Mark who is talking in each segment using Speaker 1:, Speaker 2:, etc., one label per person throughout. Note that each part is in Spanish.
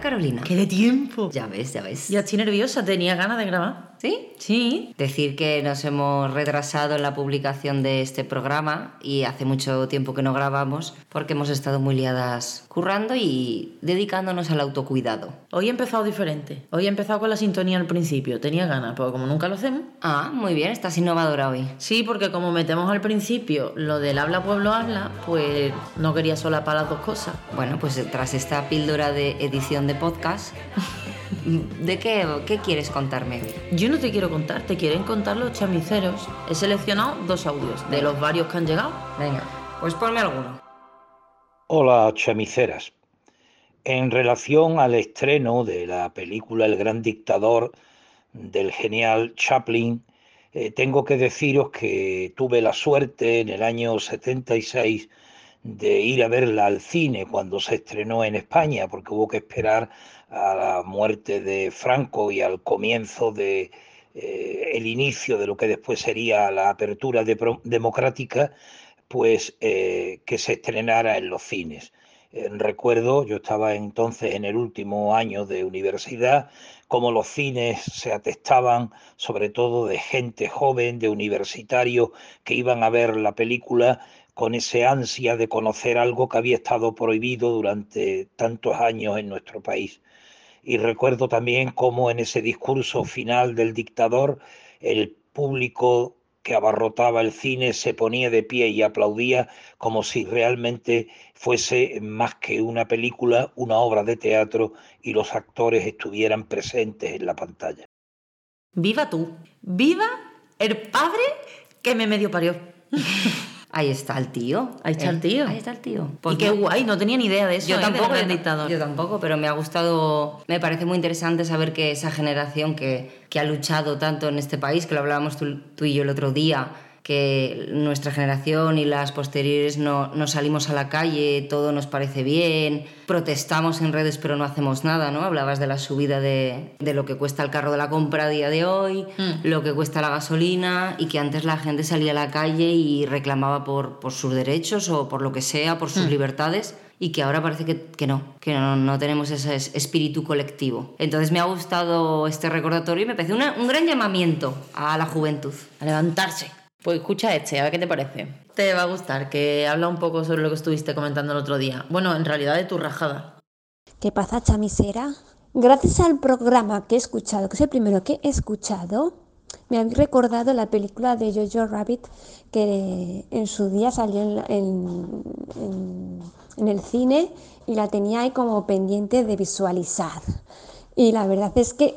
Speaker 1: Carolina.
Speaker 2: ¡Qué de tiempo!
Speaker 1: Ya ves, ya ves.
Speaker 2: Ya estoy nerviosa, tenía ganas de grabar.
Speaker 1: ¿Sí?
Speaker 2: Sí.
Speaker 1: Decir que nos hemos retrasado en la publicación de este programa y hace mucho tiempo que no grabamos porque hemos estado muy liadas currando y dedicándonos al autocuidado.
Speaker 2: Hoy he empezado diferente. Hoy he empezado con la sintonía al principio. Tenía ganas, porque como nunca lo hacemos.
Speaker 1: Ah, muy bien, estás innovadora hoy.
Speaker 2: Sí, porque como metemos al principio lo del habla pueblo habla, pues no quería solapar las dos cosas.
Speaker 1: Bueno, pues tras esta píldora de edición de podcast, ¿de qué, qué quieres contarme hoy?
Speaker 2: Yo no te quiero contar, te quieren contar los chamiceros. He seleccionado dos audios de los varios que han llegado.
Speaker 1: Venga, pues ponme alguno.
Speaker 3: Hola, chamiceras. En relación al estreno de la película El Gran Dictador del genial Chaplin, eh, tengo que deciros que tuve la suerte en el año 76 de ir a verla al cine cuando se estrenó en España, porque hubo que esperar a la muerte de Franco y al comienzo de eh, el inicio de lo que después sería la apertura de democrática, pues eh, que se estrenara en los cines. Eh, recuerdo, yo estaba entonces en el último año de universidad, como los cines se atestaban sobre todo de gente joven, de universitarios que iban a ver la película con ese ansia de conocer algo que había estado prohibido durante tantos años en nuestro país. Y recuerdo también cómo en ese discurso final del dictador el público que abarrotaba el cine se ponía de pie y aplaudía como si realmente fuese más que una película, una obra de teatro y los actores estuvieran presentes en la pantalla.
Speaker 2: Viva tú, viva el padre que me medio parió.
Speaker 1: Ahí está el tío. Eh,
Speaker 2: Ahí está el tío.
Speaker 1: Ahí está el tío.
Speaker 2: y qué guay, Pues no tenía ni idea de eso.
Speaker 1: Yo
Speaker 2: ¿eh?
Speaker 1: tampoco,
Speaker 2: del
Speaker 1: yo,
Speaker 2: dictador.
Speaker 1: yo tampoco, pero me ha gustado, me parece muy interesante saber que esa generación que, que ha luchado tanto en este país, que lo hablábamos tú, tú y yo el otro día, que nuestra generación y las posteriores no, no salimos a la calle, todo nos parece bien, protestamos en redes pero no hacemos nada, ¿no? Hablabas de la subida de, de lo que cuesta el carro de la compra a día de hoy,
Speaker 2: Mm.
Speaker 1: lo que cuesta la gasolina y que antes la gente salía a la calle y reclamaba por, por sus derechos o por lo que sea, por
Speaker 2: Mm.
Speaker 1: sus libertades y que ahora parece que, que no, que no, no tenemos ese es- espíritu colectivo. Entonces me ha gustado este recordatorio y me parece una- un gran llamamiento a la juventud.
Speaker 2: A levantarse. Pues escucha este, a ver qué te parece. Te va a gustar, que habla un poco sobre lo que estuviste comentando el otro día. Bueno, en realidad de tu rajada.
Speaker 4: ¿Qué pasa, chamisera? Gracias al programa que he escuchado, que es el primero que he escuchado, me han recordado la película de Jojo Rabbit que en su día salió en, la- en- en- en el cine y la tenía ahí como pendiente de visualizar. Y la verdad es que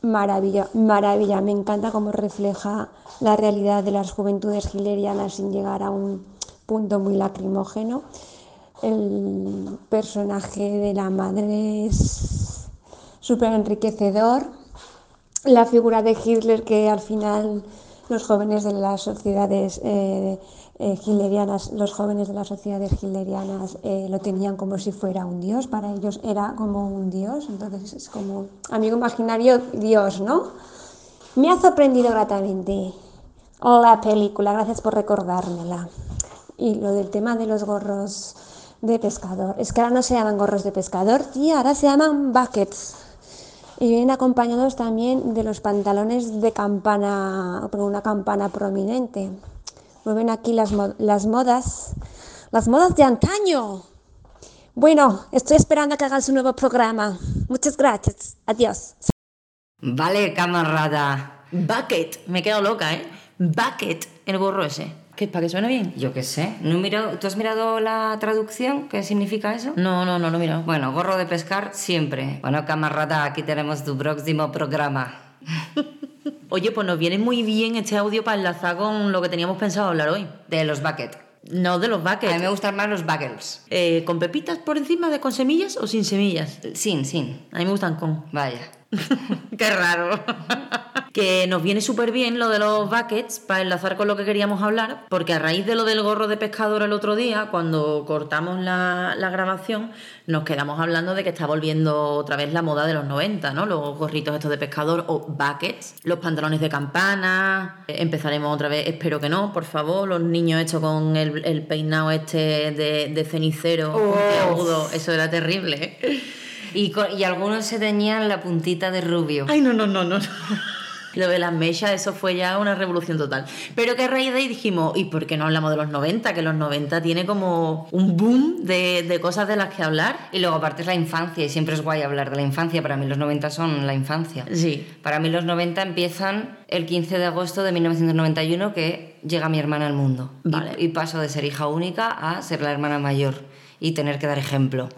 Speaker 4: maravilla, maravilla, me encanta cómo refleja la realidad de las juventudes hilerianas sin llegar a un punto muy lacrimógeno el personaje de la madre es súper enriquecedor. La figura de Hitler, que al final los jóvenes de las sociedades eh, eh, hitlerianas, los jóvenes de las sociedades hitlerianas eh, lo tenían como si fuera un dios, para ellos era como un dios, entonces es como amigo imaginario, dios, ¿no? Me ha sorprendido gratamente la película, gracias por recordármela. Y lo del tema de los gorros de pescador. Es que ahora no se llaman gorros de pescador, tía, ahora se llaman buckets. Y vienen acompañados también de los pantalones de campana, con una campana prominente. Vuelven aquí las, mo- las modas, las modas de antaño. Bueno, estoy esperando a que hagas un nuevo programa. Muchas gracias. Adiós.
Speaker 1: Vale, camarada.
Speaker 2: Bucket, me he quedado loca, ¿eh? Bucket, el gorro ese. ¿Qué es para que suene bien?
Speaker 1: Yo qué sé. ¿No he mirado- ¿Tú has mirado la traducción? ¿Qué significa eso?
Speaker 2: No, no, no lo he mirado.
Speaker 1: Bueno, gorro de pescar siempre. Bueno, camarada, aquí tenemos tu próximo programa.
Speaker 2: Oye, pues nos viene muy bien este audio para enlazar con lo que teníamos pensado hablar hoy.
Speaker 1: De los bucket.
Speaker 2: No de los
Speaker 1: A mí
Speaker 2: buckets.
Speaker 1: me gustan más los buggles.
Speaker 2: Eh, ¿Con pepitas por encima de con semillas o sin semillas?
Speaker 1: Sin, sin.
Speaker 2: A mí me gustan con.
Speaker 1: Vaya.
Speaker 2: Qué raro. que nos viene súper bien lo de los buckets para enlazar con lo que queríamos hablar, porque a raíz de lo del gorro de pescador el otro día, cuando cortamos la, la grabación, nos quedamos hablando de que está volviendo otra vez la moda de los 90, ¿no? Los gorritos estos de pescador o buckets, los pantalones de campana, eh, empezaremos otra vez, espero que no, por favor, los niños hechos con el, Oh. el peinado este de, de cenicero, puntiagudo, eso era terrible, ¿eh?
Speaker 1: Y, co- y algunos se teñían la puntita de rubio.
Speaker 2: Ay, no, no, no, no. no. Lo de las mechas, eso fue ya una revolución total. Pero que a raíz de ahí dijimos, ¿y por qué no hablamos de los 90? Que los 90 tiene como un boom de, de cosas de las que hablar.
Speaker 1: Y luego aparte es la infancia y siempre es guay hablar de la infancia. Para mí los 90 son la infancia.
Speaker 2: Sí.
Speaker 1: Para mí los 90 empiezan el 15 de agosto de 1991 que llega mi hermana al mundo. Y-
Speaker 2: Vale.
Speaker 1: Y, paso de ser hija única a ser la hermana mayor y tener que dar ejemplo.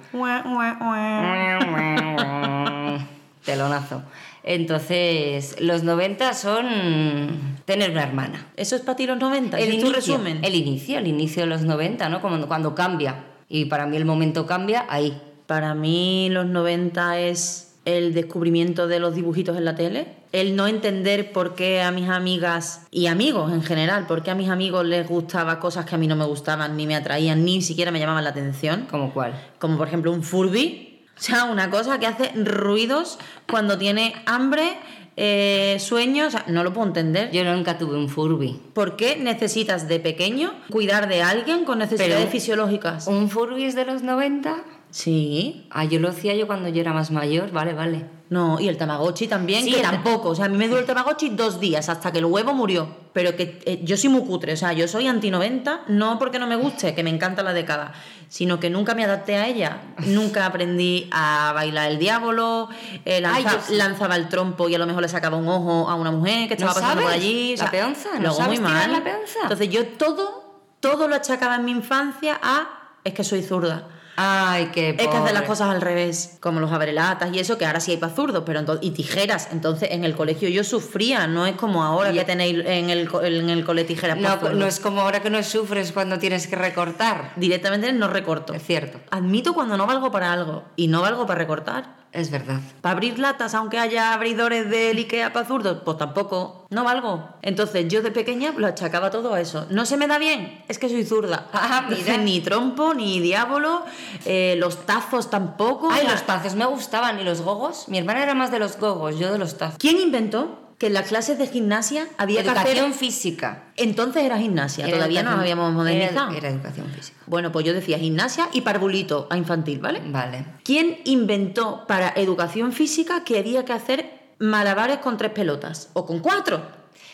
Speaker 1: Telonazo. Entonces, los 90 son tener una hermana.
Speaker 2: Eso es para ti los 90. ese es tu
Speaker 1: inicio,
Speaker 2: resumen.
Speaker 1: El inicio, el inicio de los 90, ¿no? Como cuando cambia. Y para mí el momento cambia ahí.
Speaker 2: Para mí los 90 es el descubrimiento de los dibujitos en la tele, el no entender por qué a mis amigas y amigos en general, por qué a mis amigos les gustaba cosas que a mí no me gustaban, ni me atraían, ni siquiera me llamaban la atención,
Speaker 1: ¿Como cuál?
Speaker 2: como por ejemplo un Furby, o sea, una cosa que hace ruidos cuando tiene hambre, eh, sueño, o sea, no lo puedo entender.
Speaker 1: Yo nunca tuve un Furby.
Speaker 2: ¿Por qué necesitas de pequeño cuidar de alguien con necesidades
Speaker 1: Pero-
Speaker 2: fisiológicas?
Speaker 1: ¿Un Furby es de los 90?
Speaker 2: Sí.
Speaker 1: Ah, yo lo hacía yo cuando yo era más mayor, vale, vale.
Speaker 2: No, y el Tamagotchi también,
Speaker 1: Sí,
Speaker 2: que
Speaker 1: el-
Speaker 2: tampoco. O sea, a mí me duró el Tamagotchi dos días hasta que el huevo murió. Pero que eh, yo soy muy cutre, o sea, yo soy anti-90, no porque no me guste, que me encanta la década, sino que nunca me adapté a ella. Nunca aprendí a bailar el diablo, eh, lanza-
Speaker 1: Ay, yo sí.
Speaker 2: lanzaba el trompo y a lo mejor le sacaba un ojo a una mujer que estaba
Speaker 1: ¿No
Speaker 2: pasando por
Speaker 1: sabes?
Speaker 2: allí.
Speaker 1: La peonza, ¿no
Speaker 2: lo hago
Speaker 1: sabes
Speaker 2: muy
Speaker 1: tirar
Speaker 2: mal.
Speaker 1: la peonza?
Speaker 2: Entonces yo todo, todo lo achacaba en mi infancia a, es que soy zurda.
Speaker 1: Ay, qué
Speaker 2: Es que hacer las
Speaker 1: pobre.
Speaker 2: cosas al revés, como los abrelatas y eso, que ahora sí hay para zurdos, pero entonces, y tijeras. Entonces, en el colegio yo sufría, no es como ahora que tenéis en el, co- en el cole tijeras pa'
Speaker 1: No,
Speaker 2: zurdos.
Speaker 1: no es como ahora que no sufres cuando tienes que recortar.
Speaker 2: Directamente no recorto.
Speaker 1: Es cierto,
Speaker 2: Admito cuando no valgo para algo, y no valgo para recortar.
Speaker 1: es verdad.
Speaker 2: Para abrir latas, aunque haya abridores del Ikea para zurdos, pues tampoco, no valgo. Entonces, yo de pequeña lo achacaba todo a eso. No se me da bien, es que soy zurda.
Speaker 1: Ah, mira.
Speaker 2: Entonces, ni trompo, ni diablo, eh, los tazos tampoco.
Speaker 1: Ay,
Speaker 2: o sea,
Speaker 1: los tazos me gustaban y los gogos. Mi hermana era más de los gogos, yo de los tazos.
Speaker 2: ¿Quién inventó que en las clases de gimnasia había que
Speaker 1: Educación
Speaker 2: hacer-
Speaker 1: física.
Speaker 2: Entonces era gimnasia,
Speaker 1: Era
Speaker 2: todavía no nos
Speaker 1: educación-
Speaker 2: habíamos modernizado.
Speaker 1: Era, era educación física.
Speaker 2: Bueno, pues yo decía gimnasia y parvulito a infantil, ¿vale?
Speaker 1: Vale.
Speaker 2: ¿Quién inventó para educación física que había que hacer malabares con tres pelotas o con cuatro?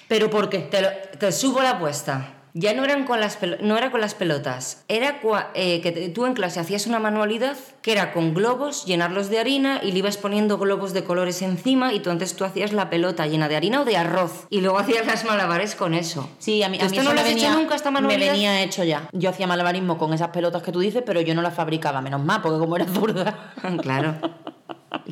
Speaker 2: ¿Pero por qué?
Speaker 1: Te, lo- te subo la apuesta. Ya no, eran con las pelo- no era con las pelotas. Era cua- eh, que te- tú en clase hacías una manualidad que era con globos, llenarlos de harina y le ibas poniendo globos de colores encima y tú antes tú hacías la pelota llena de harina o de arroz y luego hacías las malabares con eso.
Speaker 2: Sí, a mí,
Speaker 1: ¿Tú
Speaker 2: a mí
Speaker 1: esto
Speaker 2: eso
Speaker 1: no lo
Speaker 2: me
Speaker 1: has
Speaker 2: venía,
Speaker 1: hecho nunca esta
Speaker 2: me
Speaker 1: manualidad?
Speaker 2: venía hecho ya. Yo hacía malabarismo con esas pelotas que tú dices, pero yo no las fabricaba, menos mal, porque como era zurda.
Speaker 1: claro.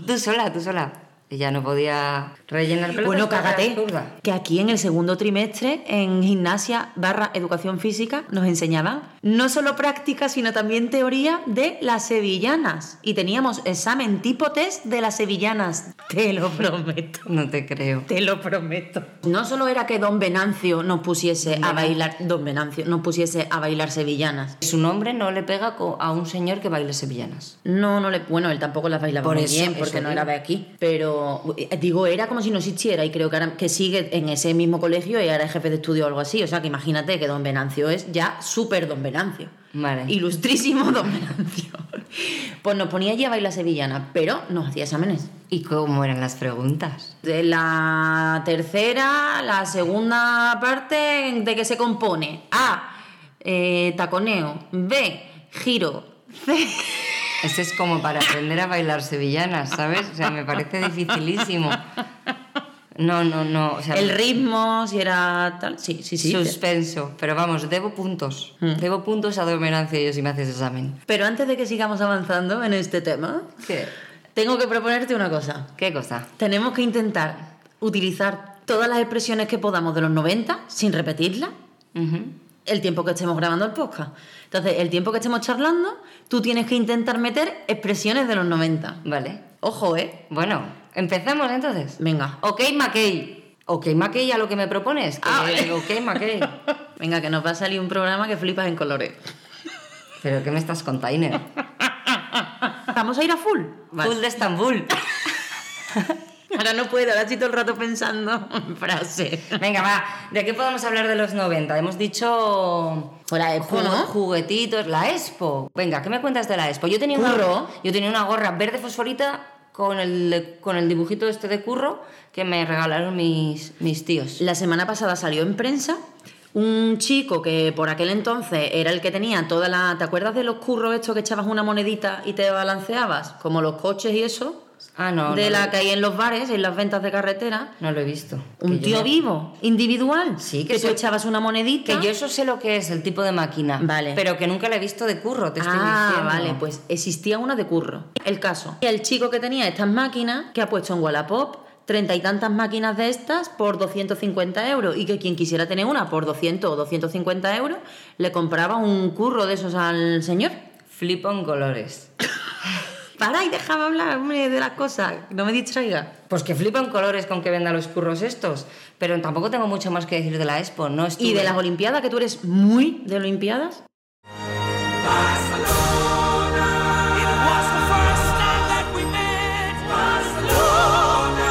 Speaker 1: Tú sola, tú sola. Y ya no podía rellenar pelotas.
Speaker 2: Bueno,
Speaker 1: porque eras
Speaker 2: Pues cágate,
Speaker 1: zurda.
Speaker 2: que aquí en el segundo trimestre, en gimnasia barra educación física, nos enseñaban no solo práctica, sino también teoría de las sevillanas. Y teníamos examen tipo test de las sevillanas. Te lo prometo.
Speaker 1: No te creo.
Speaker 2: Te lo prometo. No solo era que don Venancio nos pusiese a bailar, don Venancio nos pusiese a bailar sevillanas.
Speaker 1: Su nombre no le pega co- a un señor que baile sevillanas.
Speaker 2: No, no le. Bueno, él tampoco las bailaba
Speaker 1: Por
Speaker 2: muy
Speaker 1: eso,
Speaker 2: bien
Speaker 1: eso
Speaker 2: porque no
Speaker 1: digo.
Speaker 2: era de aquí. Pero eh, digo, era como si no existiera y creo que, ahora, que sigue en ese mismo colegio y ahora es jefe de estudio o algo así. O sea que imagínate que don Venancio es ya súper don Venancio.
Speaker 1: Vale.
Speaker 2: Ilustrísimo don Venancio. Pues nos ponía allí a bailar sevillana, pero nos hacía exámenes.
Speaker 1: ¿Y cómo eran las preguntas?
Speaker 2: De la tercera, la segunda parte de que se compone. A. eh, taconeo. B. Giro. C.
Speaker 1: Esto es como para aprender a bailar sevillanas, ¿sabes? O sea, me parece dificilísimo. No, no, no. O sea,
Speaker 2: El ritmo, si era tal. Sí, sí, Hmm. sí.
Speaker 1: suspenso. Pero vamos, debo puntos. Debo puntos a Dominancia yo si me haces examen.
Speaker 2: Pero antes de que sigamos avanzando en este tema,
Speaker 1: ¿Qué?
Speaker 2: tengo que proponerte una cosa.
Speaker 1: ¿Qué cosa?
Speaker 2: Tenemos que intentar utilizar todas las expresiones que podamos de los 90 sin repetirlas
Speaker 1: Ujú.
Speaker 2: el tiempo que estemos grabando el podcast. Entonces, el tiempo que estemos charlando, tú tienes que intentar meter expresiones de los 90.
Speaker 1: Vale.
Speaker 2: Ojo, ¿eh?
Speaker 1: Bueno, empezamos entonces.
Speaker 2: Venga.
Speaker 1: Ok, McKay. Ok, McKay, a lo que me propones. Que-
Speaker 2: Ah, vale.
Speaker 1: Ok, McKay.
Speaker 2: Venga, que nos va a salir un programa que flipas en colores.
Speaker 1: Pero ¿qué me estás container?
Speaker 2: Vamos a ir a full.
Speaker 1: Full de Estambul.
Speaker 2: A ahora no puedo, ahora estoy todo el rato pensando en frases.
Speaker 1: Venga, va. ¿De qué podemos hablar de los 90? Hemos dicho
Speaker 2: O la Expo,
Speaker 1: Jugu-
Speaker 2: ¿no?
Speaker 1: Juguetitos, la Expo. Venga, ¿qué me cuentas de la Expo? Yo tenía, una,
Speaker 2: Curro.
Speaker 1: yo tenía una gorra verde fosforita con el, con el dibujito este de curro que me regalaron mis, mis tíos.
Speaker 2: La semana pasada salió en prensa un chico que por aquel entonces era el que tenía toda la... ¿Te acuerdas de los curros estos que echabas una monedita y te balanceabas? Como los coches y eso.
Speaker 1: Ah, no.
Speaker 2: de
Speaker 1: no,
Speaker 2: la
Speaker 1: lo-
Speaker 2: que hay en los bares, en las ventas de carretera.
Speaker 1: No lo he visto.
Speaker 2: Un
Speaker 1: Que yo
Speaker 2: tío
Speaker 1: no-
Speaker 2: vivo, individual.
Speaker 1: Sí,
Speaker 2: que,
Speaker 1: que
Speaker 2: tú
Speaker 1: se-
Speaker 2: echabas una monedita.
Speaker 1: Que yo eso sé lo que es, el tipo de máquina.
Speaker 2: Vale.
Speaker 1: Pero que nunca la he visto de curro, te estoy
Speaker 2: Ah,
Speaker 1: diciendo.
Speaker 2: vale, pues existía una de curro. El caso. El chico que tenía estas máquinas, que ha puesto en Wallapop treinta y tantas máquinas de estas por 250 euros y que quien quisiera tener una por 200 o 250 euros le compraba un curro de esos al señor.
Speaker 1: Flipo en colores.
Speaker 2: Para y déjame hablar, hombre, de las cosas. No me distraiga.
Speaker 1: Pues que flipo en colores con que venda los curros estos. Pero tampoco tengo mucho más que decir de la Expo, ¿no? Estuve...
Speaker 2: Y de las Olimpiadas, que tú eres muy de Olimpiadas.
Speaker 5: It was the first time that we met. Barcelona.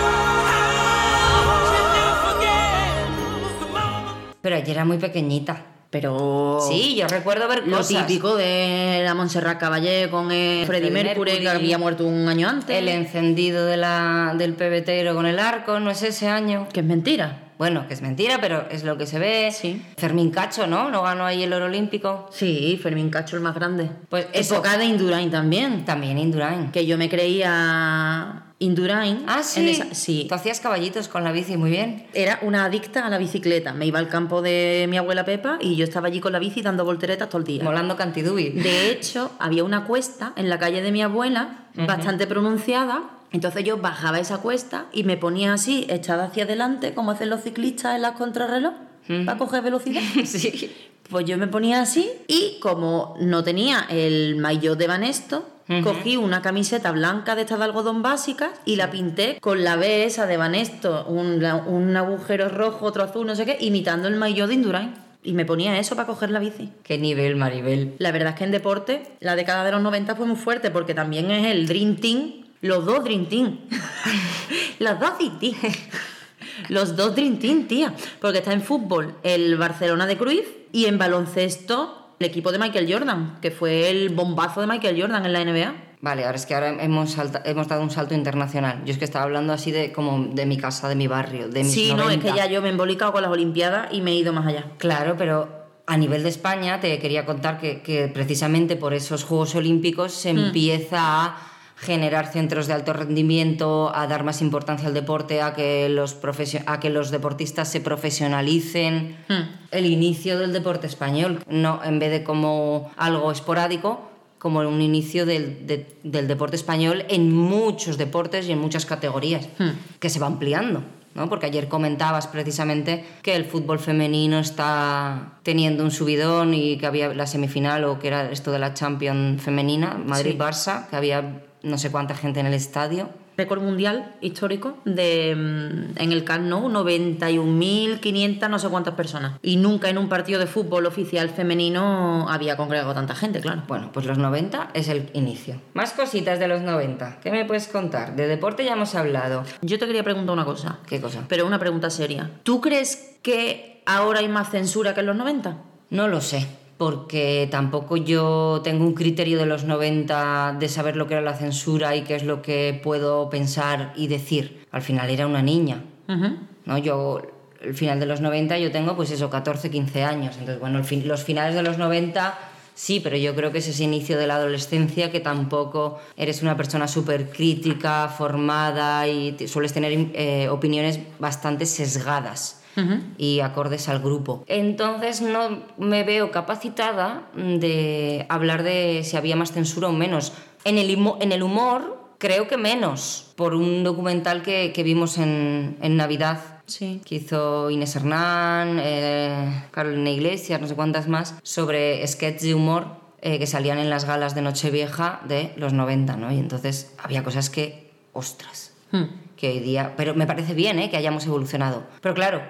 Speaker 5: How can I forget the moment?
Speaker 1: Pero yo era muy pequeñita.
Speaker 2: Pero.
Speaker 1: Sí, yo recuerdo ver
Speaker 2: Lo
Speaker 1: cosas.
Speaker 2: típico de la Montserrat Caballé con el Freddie
Speaker 1: Freddie
Speaker 2: Mercury, que
Speaker 1: Mercury.
Speaker 2: había muerto un año antes.
Speaker 1: El encendido de la, del pebetero con el arco, no es ese año.
Speaker 2: Que es mentira.
Speaker 1: Bueno, que es mentira, pero es lo que se ve.
Speaker 2: Sí.
Speaker 1: Fermín Cacho, ¿no? No ganó ahí el oro olímpico.
Speaker 2: Sí, Fermín Cacho el más grande.
Speaker 1: Pues eso.
Speaker 2: época de Indurain también.
Speaker 1: También Indurain.
Speaker 2: Que yo me creía Indurain.
Speaker 1: Ah,
Speaker 2: en
Speaker 1: sí.
Speaker 2: esa- sí.
Speaker 1: Tú hacías caballitos con la bici muy bien.
Speaker 2: Era una adicta a la bicicleta. Me iba al campo de mi abuela Pepa y yo estaba allí con la bici dando volteretas todo el día.
Speaker 1: Molando Cantidubi.
Speaker 2: De hecho, había una cuesta en la calle de mi abuela, bastante pronunciada. Entonces yo bajaba esa cuesta y me ponía así, echada hacia adelante, como hacen los ciclistas en las contrarreloj, para coger velocidad.
Speaker 1: sí.
Speaker 2: Pues yo me ponía así y como no tenía el maillot de Banesto, cogí una camiseta blanca de estas de algodón básicas y la pinté con la B esa de Banesto, un, la- un agujero rojo, otro azul, no sé qué, imitando el maillot de Indurain. Y me ponía eso para coger la bici.
Speaker 1: Qué nivel, Maribel.
Speaker 2: La verdad es que en deporte la década de los 90 fue muy fuerte porque también es el Dream Team, los dos Dream Team. Las dos Dream Team. Los dos Dream Team, tía. Porque está en fútbol el Barcelona de Cruyff y en baloncesto el equipo de Michael Jordan, que fue el bombazo de Michael Jordan en la NBA.
Speaker 1: Vale, ahora es que ahora hemos, salta- hemos dado un salto internacional. Yo es que estaba hablando así de como de mi casa, de mi barrio, de mis
Speaker 2: Sí, no, es
Speaker 1: 90.
Speaker 2: que ya yo me he embolicado con las Olimpiadas y me he ido más allá.
Speaker 1: Claro, pero a nivel de España te quería contar que, que precisamente por esos Juegos Olímpicos se empieza a generar centros de alto rendimiento, a dar más importancia al deporte, a que los, profesio- a que los deportistas se profesionalicen. El inicio del deporte español, no, en vez de como algo esporádico, como un inicio del, de- del deporte español en muchos deportes y en muchas categorías, que se va ampliando. ¿no? Porque ayer comentabas precisamente que el fútbol femenino está teniendo un subidón y que había la semifinal o que era esto de la Champions femenina, Madrid-Barça, que había no sé cuánta gente en el estadio.
Speaker 2: récord mundial histórico de mm, en el Camp Nou 91.500 no sé cuántas personas y nunca en un partido de fútbol oficial femenino había congregado tanta gente claro
Speaker 1: Bueno, pues los 90 es el inicio. Más cositas de los 90. ¿Qué me puedes contar? De deporte ya hemos hablado.
Speaker 2: yo te quería preguntar una cosa
Speaker 1: ¿Qué cosa?
Speaker 2: pero una pregunta seria ¿tú crees que ahora hay más censura que en los 90?
Speaker 1: No lo sé, porque tampoco yo tengo un criterio de los 90 de saber lo que era la censura y qué es lo que puedo pensar y decir. Al final era una niña,
Speaker 2: Ujú.
Speaker 1: ¿no? Yo, el final de los 90 yo tengo pues eso, 14, 15 años. Entonces, bueno, el fin- los finales de los 90 sí, pero yo creo que es ese inicio de la adolescencia que tampoco eres una persona súper crítica, formada y te- sueles tener eh, opiniones bastante sesgadas y acordes al grupo. Entonces no me veo capacitada de hablar de si había más censura o menos. En el, himo- en el humor creo que menos, por un documental que, que vimos en, en Navidad.
Speaker 2: Sí.
Speaker 1: Que hizo Inés Hernán, eh, Carolina Iglesias, no sé cuántas más, sobre sketches de humor eh, que salían en las galas de Nochevieja de los 90, ¿no? Y entonces había cosas que, ostras,
Speaker 2: Hmm.
Speaker 1: que hoy día. Pero me parece bien ¿eh? que hayamos evolucionado. Pero claro,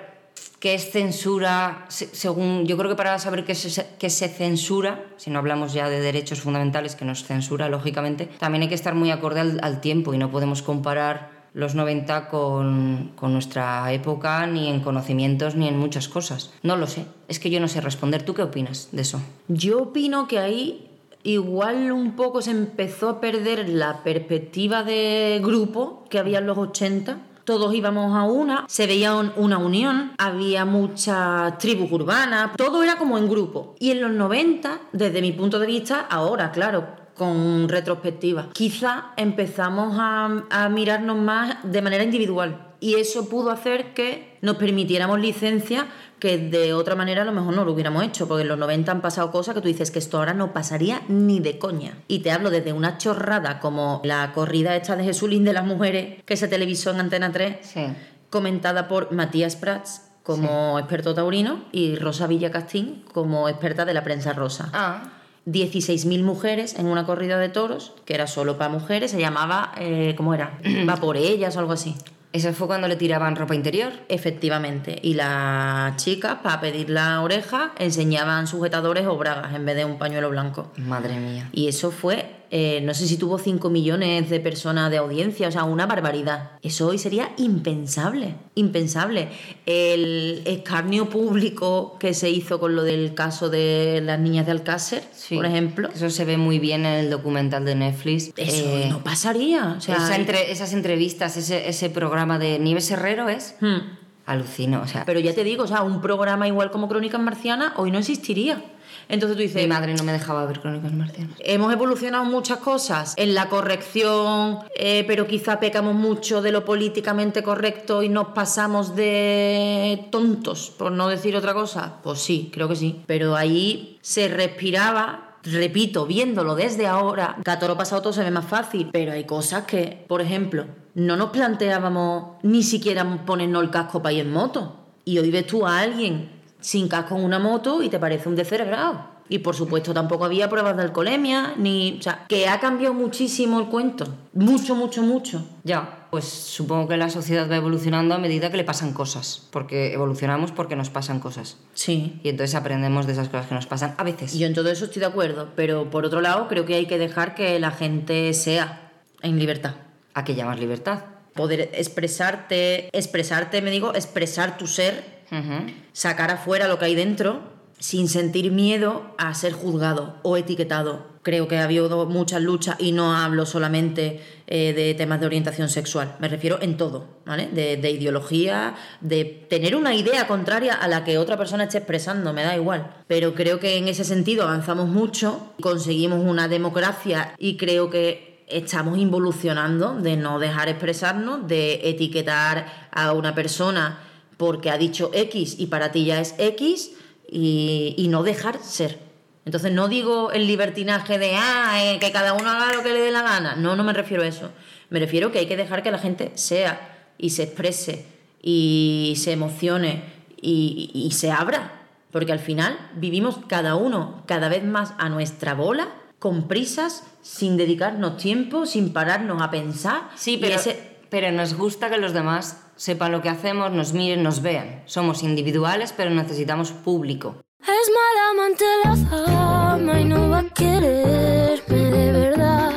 Speaker 1: ¿qué es censura? Se- Según. Yo creo que para saber qué se, qué se censura, si no hablamos ya de derechos fundamentales que nos censura, lógicamente, también hay que estar muy acorde al, al tiempo y no podemos comparar los 90 con, con nuestra época, ni en conocimientos, ni en muchas cosas. No lo sé. Es que yo no sé responder. ¿Tú qué opinas de eso?
Speaker 2: Yo opino que ahí igual un poco se empezó a perder la perspectiva de grupo que había en los 80. Todos íbamos a una, se veía un- una unión, había muchas tribus urbanas, todo era como en grupo. Y en los 90, desde mi punto de vista, ahora, claro, con retrospectiva, quizá empezamos a, a mirarnos más de manera individual. Y eso pudo hacer que nos permitiéramos licencia que de otra manera a lo mejor no lo hubiéramos hecho, porque en los 90 han pasado cosas que tú dices que esto ahora no pasaría ni de coña. Y te hablo desde una chorrada como la corrida esta de Jesulín de las mujeres que se televisó en Antena 3,
Speaker 1: Sí.
Speaker 2: comentada por Matías Prats como experto taurino y Rosa Villa Castín como experta de la prensa rosa.
Speaker 1: Ah,
Speaker 2: 16.000 mujeres en una corrida de toros, que era solo para mujeres, se llamaba, eh, ¿cómo era? Va por ellas o algo así.
Speaker 1: eso fue cuando le tiraban ropa interior.
Speaker 2: Efectivamente. Y las chicas, para pedir la oreja, enseñaban sujetadores o bragas en vez de un pañuelo blanco.
Speaker 1: Madre mía.
Speaker 2: Y eso fue, eh, no sé si tuvo 5 millones de personas de audiencia, o sea, una barbaridad. Eso hoy sería impensable, impensable. El escarnio público que se hizo con lo del caso de las niñas de Alcácer,
Speaker 1: Sí.
Speaker 2: por ejemplo.
Speaker 1: Eso se ve muy bien en el documental de Netflix.
Speaker 2: Eso
Speaker 1: Eh,
Speaker 2: no pasaría. O sea,
Speaker 1: esa entre- esas entrevistas, ese, ese programa de Nieves Herrero es
Speaker 2: Hmm.
Speaker 1: alucino. O sea,
Speaker 2: Pero ya te digo, o sea, un programa igual como Crónicas Marcianas hoy no existiría. Entonces tú dices,
Speaker 1: mi madre no me dejaba ver Crónicas Marcianas.
Speaker 2: hemos evolucionado muchas cosas en la corrección, eh, pero quizá pecamos mucho de lo políticamente correcto y nos pasamos de tontos, por no decir otra cosa. Pues sí, creo que sí. Pero ahí se respiraba. Repito, viéndolo desde ahora, que a toro pasado todo se ve más fácil, pero hay cosas que, por ejemplo, no nos planteábamos ni siquiera ponernos el casco para ir en moto. Y hoy ves tú a alguien sin casco en una moto y te parece un descerebrado. Y por supuesto tampoco había pruebas de alcoholemia, ni. O sea, que ha cambiado muchísimo el cuento. Mucho, mucho, mucho.
Speaker 1: Ya, pues supongo que la sociedad va evolucionando a medida que le pasan cosas. Porque evolucionamos porque nos pasan cosas.
Speaker 2: Sí.
Speaker 1: Y entonces aprendemos de esas cosas que nos pasan a veces.
Speaker 2: Yo en todo eso estoy de acuerdo, pero por otro lado creo que hay que dejar que la gente sea en libertad.
Speaker 1: ¿A qué llamas libertad?
Speaker 2: Poder expresarte, expresarte, me digo, expresar tu ser
Speaker 1: Ujú.
Speaker 2: sacar afuera lo que hay dentro sin sentir miedo a ser juzgado o etiquetado. Creo que ha habido muchas luchas y no hablo solamente eh, de temas de orientación sexual, me refiero en todo, ¿vale? De, de ideología, de tener una idea contraria a la que otra persona esté expresando, me da igual. Pero creo que en ese sentido avanzamos mucho, conseguimos una democracia y creo que estamos involucionando de no dejar expresarnos, de etiquetar a una persona porque ha dicho X y para ti ya es X y, y no dejar ser. Entonces no digo el libertinaje de ah, eh, que cada uno haga lo que le dé la gana. No, no me refiero a eso. Me refiero que hay que dejar que la gente sea y se exprese y se emocione y- y- y se abra. Porque al final vivimos cada uno cada vez más a nuestra bola, con prisas, sin dedicarnos tiempo, sin pararnos a pensar.
Speaker 1: Sí,
Speaker 2: Y
Speaker 1: pero,
Speaker 2: ese-
Speaker 1: pero nos gusta que los demás sepan lo que hacemos, nos miren, nos vean. Somos individuales, pero necesitamos público.
Speaker 6: Es mala amante la fama y no va a quererme de verdad.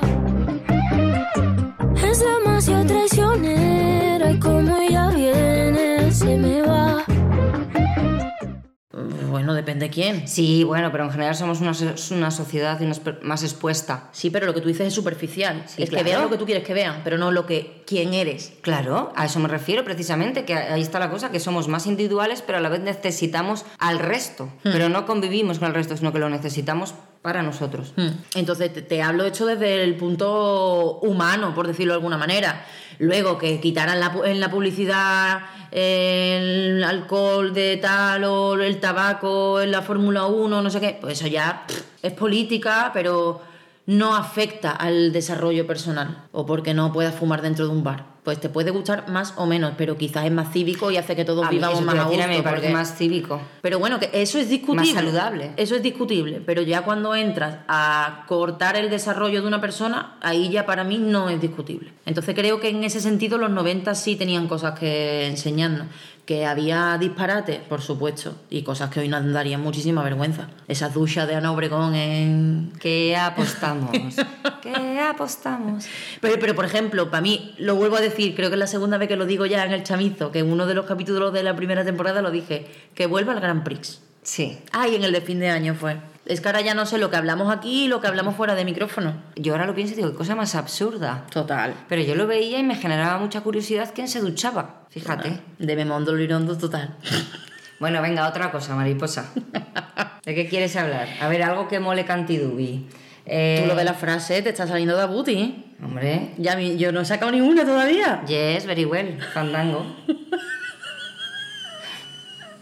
Speaker 6: Es demasiado traicionera y como ella viene se me va.
Speaker 2: Bueno, depende quién.
Speaker 1: Sí, bueno, pero en general somos una, so- una sociedad y una espe- más expuesta.
Speaker 2: Sí, pero lo que tú dices es superficial.
Speaker 1: Sí,
Speaker 2: es
Speaker 1: claro.
Speaker 2: que vean lo que tú quieres que vean, pero no lo que quién eres.
Speaker 1: Claro, a eso me refiero precisamente, que ahí está la cosa, que somos más individuales, pero a la vez necesitamos al resto.
Speaker 2: Hmm.
Speaker 1: Pero no convivimos con el resto, sino que lo necesitamos para nosotros.
Speaker 2: Mm. Entonces te, te hablo de hecho desde el punto humano, por decirlo de alguna manera. Luego que quitaran la pu- en la publicidad el alcohol de tal o el tabaco en la Fórmula 1, no sé qué, pues eso ya pff, es política, pero no afecta al desarrollo personal o porque no puedas fumar dentro de un bar. Pues te puede gustar más o menos, pero quizás es más cívico y hace que todos
Speaker 1: A mí
Speaker 2: vivamos
Speaker 1: eso te
Speaker 2: más
Speaker 1: iba
Speaker 2: a
Speaker 1: a decir, a mí
Speaker 2: gusto.
Speaker 1: me parece
Speaker 2: porque-
Speaker 1: más cívico.
Speaker 2: pero bueno, que eso es discutible.
Speaker 1: Más saludable.
Speaker 2: Eso es discutible, pero ya cuando entras a cortar el desarrollo de una persona, ahí ya para mí no es discutible. Entonces creo que en ese sentido los 90 sí tenían cosas que enseñarnos. Que había disparates, por supuesto, y cosas que hoy nos darían muchísima vergüenza. Esa ducha de Ana Obregón en...
Speaker 1: ¿Qué apostamos? ¿Qué apostamos?
Speaker 2: Pero Pero, pero, por ejemplo, para mí, lo vuelvo a decir, creo que es la segunda vez que lo digo ya en el chamizo, que en uno de los capítulos de la primera temporada lo dije, que vuelva al Grand Prix.
Speaker 1: Sí.
Speaker 2: Ay, en el de fin de año fue. Es que ahora ya no sé lo que hablamos aquí y lo que hablamos fuera de micrófono.
Speaker 1: Yo ahora lo pienso y digo, qué cosa más absurda.
Speaker 2: Total.
Speaker 1: Pero yo lo veía y me generaba mucha curiosidad quién se duchaba. Fíjate.
Speaker 2: De Memondo Lirondo, total.
Speaker 1: Bueno, venga, otra cosa, mariposa. ¿De qué quieres hablar? A ver, algo que mole Cantidubi. Eh,
Speaker 2: Tú lo de la frase, te está saliendo de abuti, ¿eh?
Speaker 1: Hombre,
Speaker 2: Ya mi- yo no he sacado ninguna todavía.
Speaker 1: yes, very well, fandango.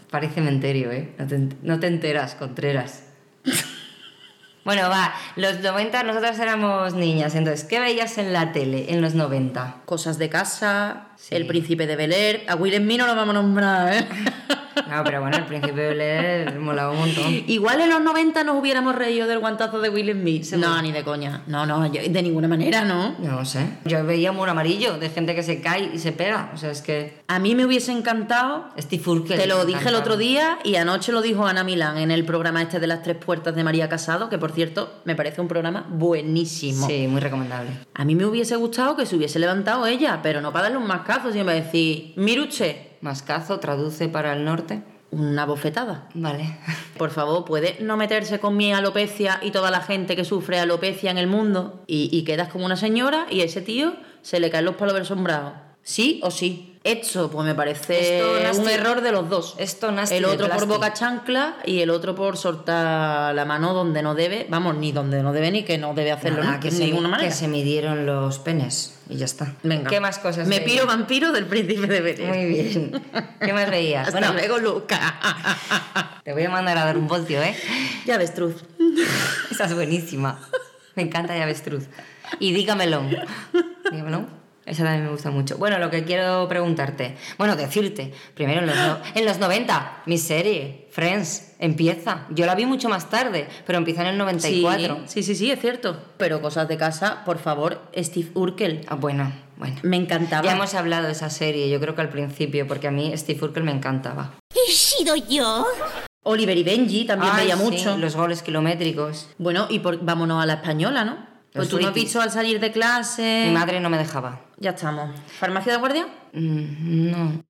Speaker 1: Parece menterio, ¿eh? No te, no te enteras, Contreras. Bueno, va, los 90 nosotras éramos niñas, entonces, ¿qué veías en la tele en los 90?
Speaker 2: Cosas de casa,
Speaker 1: Sí.
Speaker 2: El Príncipe de Bel Air. A Will Smith no lo vamos a nombrar, ¿eh?
Speaker 1: No, pero bueno, el príncipe de Blair molaba un montón.
Speaker 2: Igual en los 90 nos hubiéramos reído del guantazo de Will Smith.
Speaker 1: Seguro.
Speaker 2: No, ni de coña. No, no, yo- de ninguna manera, no.
Speaker 1: No sé. Yo veía muro amarillo de gente que se cae y se pega. O sea, es que.
Speaker 2: A mí me hubiese encantado
Speaker 1: Steve Urkel.
Speaker 2: Te lo dije el
Speaker 1: encantado.
Speaker 2: otro día y anoche lo dijo Ana Milán en el programa este de las tres puertas de María Casado, que por cierto me parece un programa buenísimo.
Speaker 1: Sí, muy recomendable.
Speaker 2: A mí me hubiese gustado que se hubiese levantado ella, pero no para darle un mascazo, sino para decir, mire usted,
Speaker 1: Mascazo traduce para el norte.
Speaker 2: una bofetada.
Speaker 1: Vale.
Speaker 2: Por favor, puede no meterse con mi alopecia y toda la gente que sufre alopecia en el mundo. Y, y quedas como una señora y a ese tío se le caen los palos del sombrado. ¿Sí o sí? Esto, pues me parece
Speaker 1: Esto nasty.
Speaker 2: un error de los dos.
Speaker 1: Esto nasty
Speaker 2: El
Speaker 1: de
Speaker 2: otro por
Speaker 1: plasti.
Speaker 2: boca chancla y el otro por soltar la mano donde no debe. Vamos, ni donde no debe ni que no debe hacerlo
Speaker 1: Nada,
Speaker 2: nu-
Speaker 1: que,
Speaker 2: de
Speaker 1: se,
Speaker 2: ninguna manera.
Speaker 1: que se midieron los penes y ya está.
Speaker 2: Venga.
Speaker 1: ¿Qué más cosas?
Speaker 2: Me
Speaker 1: veías?
Speaker 2: piro vampiro del príncipe de Belén.
Speaker 1: Muy bien. ¿Qué más veías?
Speaker 2: Hasta
Speaker 1: bueno,
Speaker 2: luego, Luca.
Speaker 1: te voy a mandar a dar un voltio, ¿eh?
Speaker 2: ya ves, Truz.
Speaker 1: Esa es buenísima. Me encanta y avestruz. Y dígamelo. Dígamelo. Esa también me gusta mucho. Bueno, lo que quiero preguntarte. Bueno, decirte. Primero, en los, no- en los 90, mi serie, Friends, empieza. Yo la vi mucho más tarde, pero empieza en el 94.
Speaker 2: Sí, sí, sí, es cierto. Pero cosas de casa, por favor, Steve Urkel.
Speaker 1: Ah, bueno, bueno.
Speaker 2: Me encantaba.
Speaker 1: Ya hemos hablado de esa serie, yo creo que al principio, porque a mí Steve Urkel me encantaba.
Speaker 6: ¿He sido yo?
Speaker 2: Oliver y Benji también
Speaker 1: Ay,
Speaker 2: veía
Speaker 1: Ah, sí,
Speaker 2: mucho.
Speaker 1: Los goles kilométricos.
Speaker 2: Bueno, y por- vámonos a la española, ¿no? Pues
Speaker 1: Los
Speaker 2: tú no has
Speaker 1: Fruitis.
Speaker 2: visto al salir de clase.
Speaker 1: Mi madre no me dejaba.
Speaker 2: Ya estamos. ¿Farmacia de guardia?
Speaker 1: Mm, no.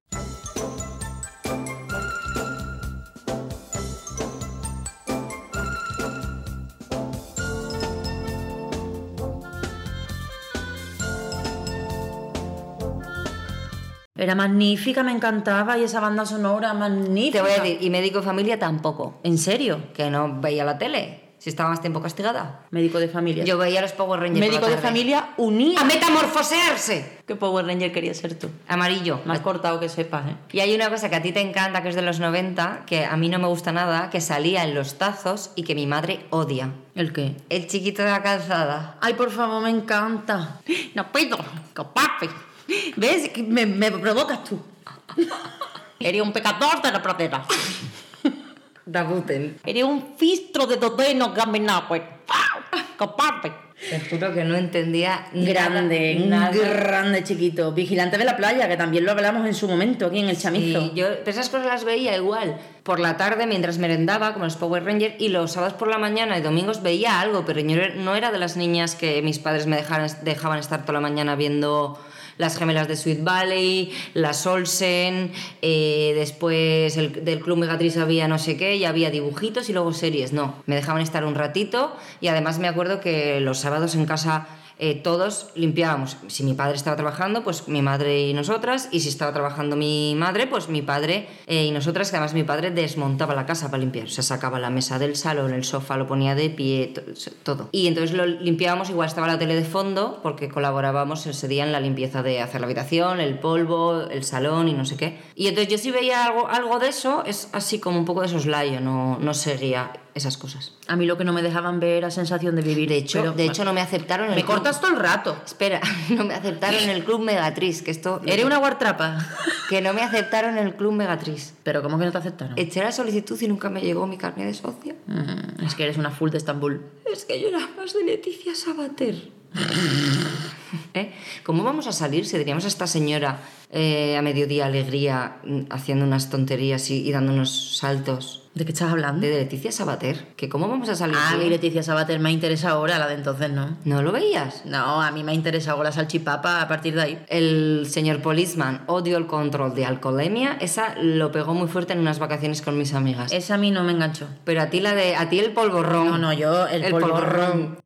Speaker 2: Era magnífica, me encantaba y esa banda sonora magnífica.
Speaker 1: Te voy a decir, y médico de familia tampoco.
Speaker 2: ¿En serio?
Speaker 1: Que no veía la tele, si estaba más tiempo castigada.
Speaker 2: Médico de familia.
Speaker 1: Yo veía los Power Rangers. por
Speaker 2: Médico
Speaker 1: la
Speaker 2: de
Speaker 1: tarde.
Speaker 2: familia unía.
Speaker 1: ¡A metamorfosearse!
Speaker 2: ¿Qué Power Ranger quería ser tú?
Speaker 1: Amarillo.
Speaker 2: Más cortado que sepas, ¿eh?
Speaker 1: Y hay una cosa que a ti te encanta, que es de los 90, que a mí no me gusta nada, que salía en los tazos y que mi madre odia.
Speaker 2: ¿El qué?
Speaker 1: El chiquito de la calzada.
Speaker 2: Ay, por favor, me encanta. No puedo, copape. ¿Ves? Que Me, me provocas tú. Eres un pecador de la pradera.
Speaker 1: Dabuten.
Speaker 2: Eres un fistro de todeno pues. Copape.
Speaker 1: Te juro que no entendía nada,
Speaker 2: Grande,
Speaker 1: nada.
Speaker 2: grande chiquito. Vigilante de la playa, que también lo hablamos en su momento aquí en el chamizo.
Speaker 1: Y yo pero esas cosas las veía igual por la tarde mientras merendaba como los Power Rangers y los sábados por la mañana y domingos veía algo, pero yo no era de las niñas que mis padres me dejaran- dejaban estar toda la mañana viendo las gemelas de Sweet Valley, las Olsen, eh, después el- del Club Megatriz había no sé qué y había dibujitos y luego series, no, me dejaban estar un ratito y además me acuerdo que los sábados en casa eh, todos limpiábamos. Si mi padre estaba trabajando, pues mi madre y nosotras. Y si estaba trabajando mi madre, pues mi padre eh, y nosotras. Que además mi padre desmontaba la casa para limpiar. O sea, sacaba la mesa del salón, el sofá, lo ponía de pie, to- todo. Y entonces lo limpiábamos. Igual estaba la tele de fondo porque colaborábamos ese día en la limpieza de hacer la habitación, el polvo, el salón y no sé qué. Y entonces yo sí veía algo, algo de eso. Es así como un poco de soslayo. No, no seguía esas cosas.
Speaker 2: A mí lo que no me dejaban ver era sensación de vivir.
Speaker 1: De hecho,
Speaker 2: pero-
Speaker 1: de hecho no me aceptaron el
Speaker 2: me
Speaker 1: club.
Speaker 2: cortas todo el rato.
Speaker 1: Espera, no me aceptaron en el club Megatriz, que esto...
Speaker 2: Eres una guartrapa.
Speaker 1: Que no me aceptaron en el club Megatriz.
Speaker 2: Pero ¿cómo que no te aceptaron?
Speaker 1: Eché la solicitud y nunca me llegó mi carnet de socia.
Speaker 2: Mm, Es que eres una full de Estambul.
Speaker 1: Es que yo era más de Leticia Sabater. ¿Eh? ¿Cómo vamos a salir si teníamos a esta señora eh, a mediodía alegría mm, haciendo unas tonterías y, y dando unos saltos?
Speaker 2: ¿De qué estás hablando?
Speaker 1: De Leticia Sabater. Que cómo vamos a salir.
Speaker 2: Ah,
Speaker 1: bien.
Speaker 2: mi Leticia Sabater me interesa ahora, la de entonces no.
Speaker 1: ¿No lo veías?
Speaker 2: No, a mí me ha interesado la salchipapa a partir de ahí.
Speaker 1: El señor Policeman, Odio el control de alcoholemia, esa lo pegó muy fuerte en unas vacaciones con mis amigas.
Speaker 2: Esa a mí no me enganchó.
Speaker 1: Pero a ti la de a ti el polvorrón.
Speaker 2: No, no, yo el, polvorrón.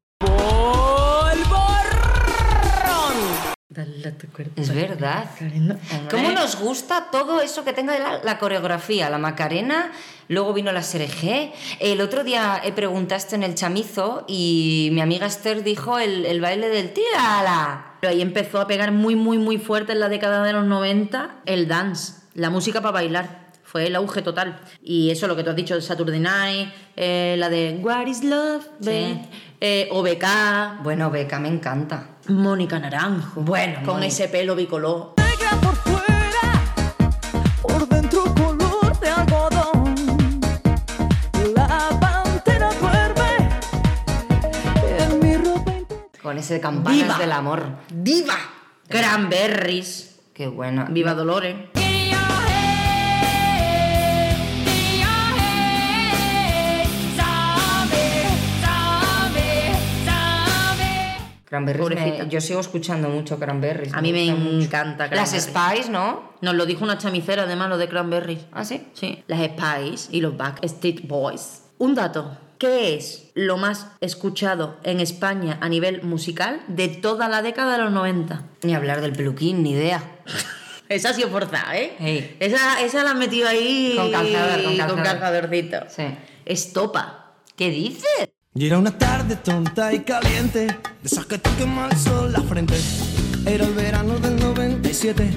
Speaker 2: Dale a tu cuerpo.
Speaker 1: Es verdad.
Speaker 2: Macarena.
Speaker 1: ¿Cómo nos gusta todo eso que tenga la, la coreografía? La Macarena, luego vino la Serejé. El otro día eh, preguntaste en el chamizo y mi amiga Esther dijo el, el baile del tírala.
Speaker 2: Pero ahí empezó a pegar muy, muy, muy fuerte en la década de los 90 el dance, la música para bailar. Fue el auge total. Y eso, lo que tú has dicho, el Saturday Night, eh, la de What is Love, babe? Eh, OBK,
Speaker 1: Bueno, Beca, me encanta.
Speaker 2: Mónica Naranjo. Bueno, con
Speaker 1: Mónica.
Speaker 2: ese pelo bicolor.
Speaker 7: Negra por fuera, por dentro color de algodón. La pantera duerme en mi ropa. interior.
Speaker 1: Con ese campanas
Speaker 2: Viva.
Speaker 1: del amor.
Speaker 2: ¡Diva! Cranberries.
Speaker 1: Qué buena.
Speaker 2: Viva Dolores.
Speaker 1: Cranberries.
Speaker 2: Pobrecita.
Speaker 1: me- yo sigo escuchando mucho Cranberries.
Speaker 2: A mí me
Speaker 1: gusta mucho.
Speaker 2: encanta
Speaker 1: Las
Speaker 2: Cranberries.
Speaker 1: Spice, ¿no?
Speaker 2: Nos lo dijo una chamicera, además, lo de Cranberries.
Speaker 1: Ah, sí.
Speaker 2: Sí, las Spice y los Backstreet Boys. Un dato. ¿Qué es lo más escuchado en España a nivel musical de toda la década de los 90?
Speaker 1: Ni hablar del peluquín, ni idea.
Speaker 2: Esa ha sido forzada, ¿eh?
Speaker 1: Ey.
Speaker 2: Esa, esa la han metido ahí
Speaker 1: Con calzador, con calzador.
Speaker 2: calzadorcito.
Speaker 1: Sí.
Speaker 2: Estopa.
Speaker 1: ¿Qué dices?
Speaker 8: Y era una tarde tonta y caliente, de esas que te quema el sol la frente. Era el verano del 97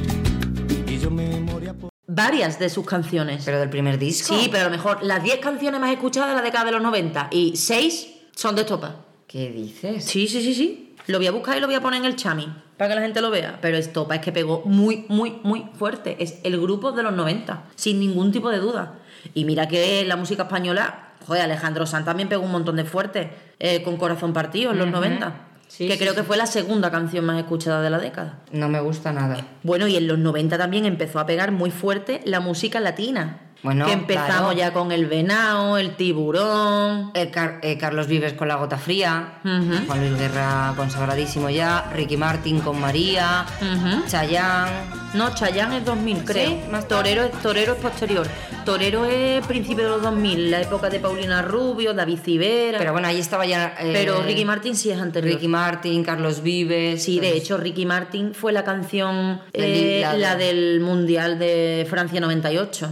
Speaker 8: y yo me moría por...
Speaker 2: Varias de sus canciones.
Speaker 1: Pero del primer disco.
Speaker 2: sí, pero a lo mejor las 10 canciones más escuchadas de la década de los 90 y 6 son de Estopa.
Speaker 1: ¿Qué dices?
Speaker 2: Sí, sí, sí, sí. Lo voy a buscar y lo voy a poner en el chami para que la gente lo vea. Pero Estopa es que pegó muy, muy, muy fuerte. Es el grupo de los 90, sin ningún tipo de duda. Y mira que la música española, joder, Alejandro Sanz también pegó un montón de fuerte eh, con Corazón Partido en los 90.
Speaker 1: Sí,
Speaker 2: que
Speaker 1: sí,
Speaker 2: creo que fue la segunda canción más escuchada de la década.
Speaker 1: No me gusta nada.
Speaker 2: Bueno, y en los 90 también empezó a pegar muy fuerte la música latina.
Speaker 1: Bueno,
Speaker 2: que empezamos
Speaker 1: claro.
Speaker 2: ya con el venao, el tiburón.
Speaker 1: Eh, Car- eh, Carlos Vives con La Gota Fría. Juan Luis Guerra consagradísimo ya. Ricky Martin con María.
Speaker 2: Ujú.
Speaker 1: Chayanne.
Speaker 2: No, Chayanne es 2000, creo.
Speaker 1: Sí, más
Speaker 2: torero, es, torero es posterior. Torero es principio de los 2000, la época de Paulina Rubio, David Civera.
Speaker 1: Pero
Speaker 2: Pero,
Speaker 1: bueno, ahí estaba ya. eh,
Speaker 2: Ricky Martin sí es anterior.
Speaker 1: Ricky Martin, Carlos Vives.
Speaker 2: sí, de
Speaker 1: Entonces,
Speaker 2: hecho, Ricky Martin fue la canción,
Speaker 1: La
Speaker 2: eh,
Speaker 1: li- la
Speaker 2: la,
Speaker 1: de-
Speaker 2: del Mundial de Francia 98.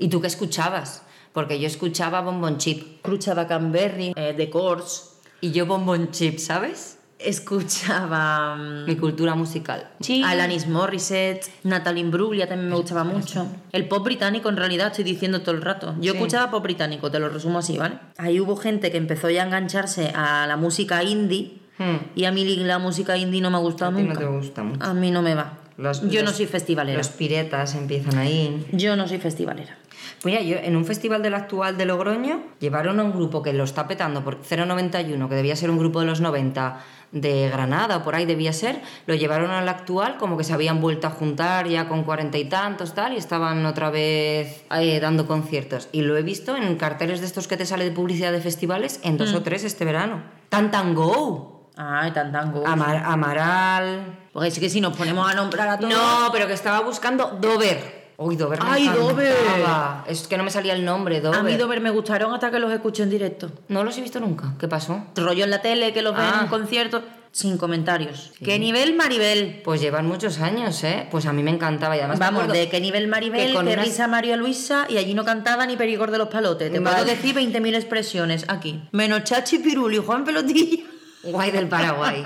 Speaker 1: ¿Y tú qué escuchabas? Porque yo escuchaba Bombón Chip.
Speaker 2: Escuchaba Canberry, eh, The Course,
Speaker 1: Y yo Bombón Chip, ¿sabes?
Speaker 2: escuchaba mm,
Speaker 1: Mi cultura musical.
Speaker 2: Alanis Morissette, Natalie Imbruglia también me gustaba mucho. El pop británico, en realidad, estoy diciendo todo el rato. Yo escuchaba pop británico, te lo resumo así, ¿vale? Ahí hubo gente que empezó ya a engancharse a la música indie.
Speaker 1: Hmm.
Speaker 2: Y a mí la música indie no me ha gustado
Speaker 1: A ti no
Speaker 2: nunca.
Speaker 1: te gusta mucho.
Speaker 2: A mí no me va.
Speaker 1: Los-
Speaker 2: yo
Speaker 1: los-
Speaker 2: no soy festivalera.
Speaker 1: Los piretas empiezan ahí.
Speaker 2: Yo no soy festivalera.
Speaker 1: Mira, Pues yo en un festival del actual de Logroño llevaron a un grupo que lo está petando por 091, que debía ser un grupo de los 90 de Granada o por ahí debía ser, lo llevaron al actual como que se habían vuelto a juntar ya con cuarenta y tantos tal y estaban otra vez eh, dando conciertos. Y lo he visto en carteles de estos que te sale de publicidad de festivales en dos o tres este verano. Tan Tan Go,
Speaker 2: Ay, tan tango.
Speaker 1: Amar- Amaral.
Speaker 2: Porque es que si nos ponemos a nombrar a todos.
Speaker 1: No, pero que estaba buscando Dover. Uy, Dover. me
Speaker 2: Ay,
Speaker 1: encantaba. Es que no me salía el nombre, Dover.
Speaker 2: A mí Dover me gustaron hasta que los escuché en directo.
Speaker 1: No los he visto nunca. ¿Qué pasó?
Speaker 2: rollo en la tele, que los ven en
Speaker 1: Ah.
Speaker 2: un concierto, sin comentarios. ¿Qué nivel Maribel?
Speaker 1: Pues llevan muchos años, ¿eh? Pues a mí me encantaba y además.
Speaker 2: Vamos,
Speaker 1: me acuerdo-
Speaker 2: de qué nivel Maribel,
Speaker 1: que
Speaker 2: que,
Speaker 1: con unas-
Speaker 2: risa María Luisa, y allí no cantaba ni Perigor de los Palotes. Te puedo
Speaker 1: Vale.
Speaker 2: decir 20.000 expresiones aquí. Menos Chachi Piruli, Juan Pelotilla.
Speaker 1: Guay del Paraguay.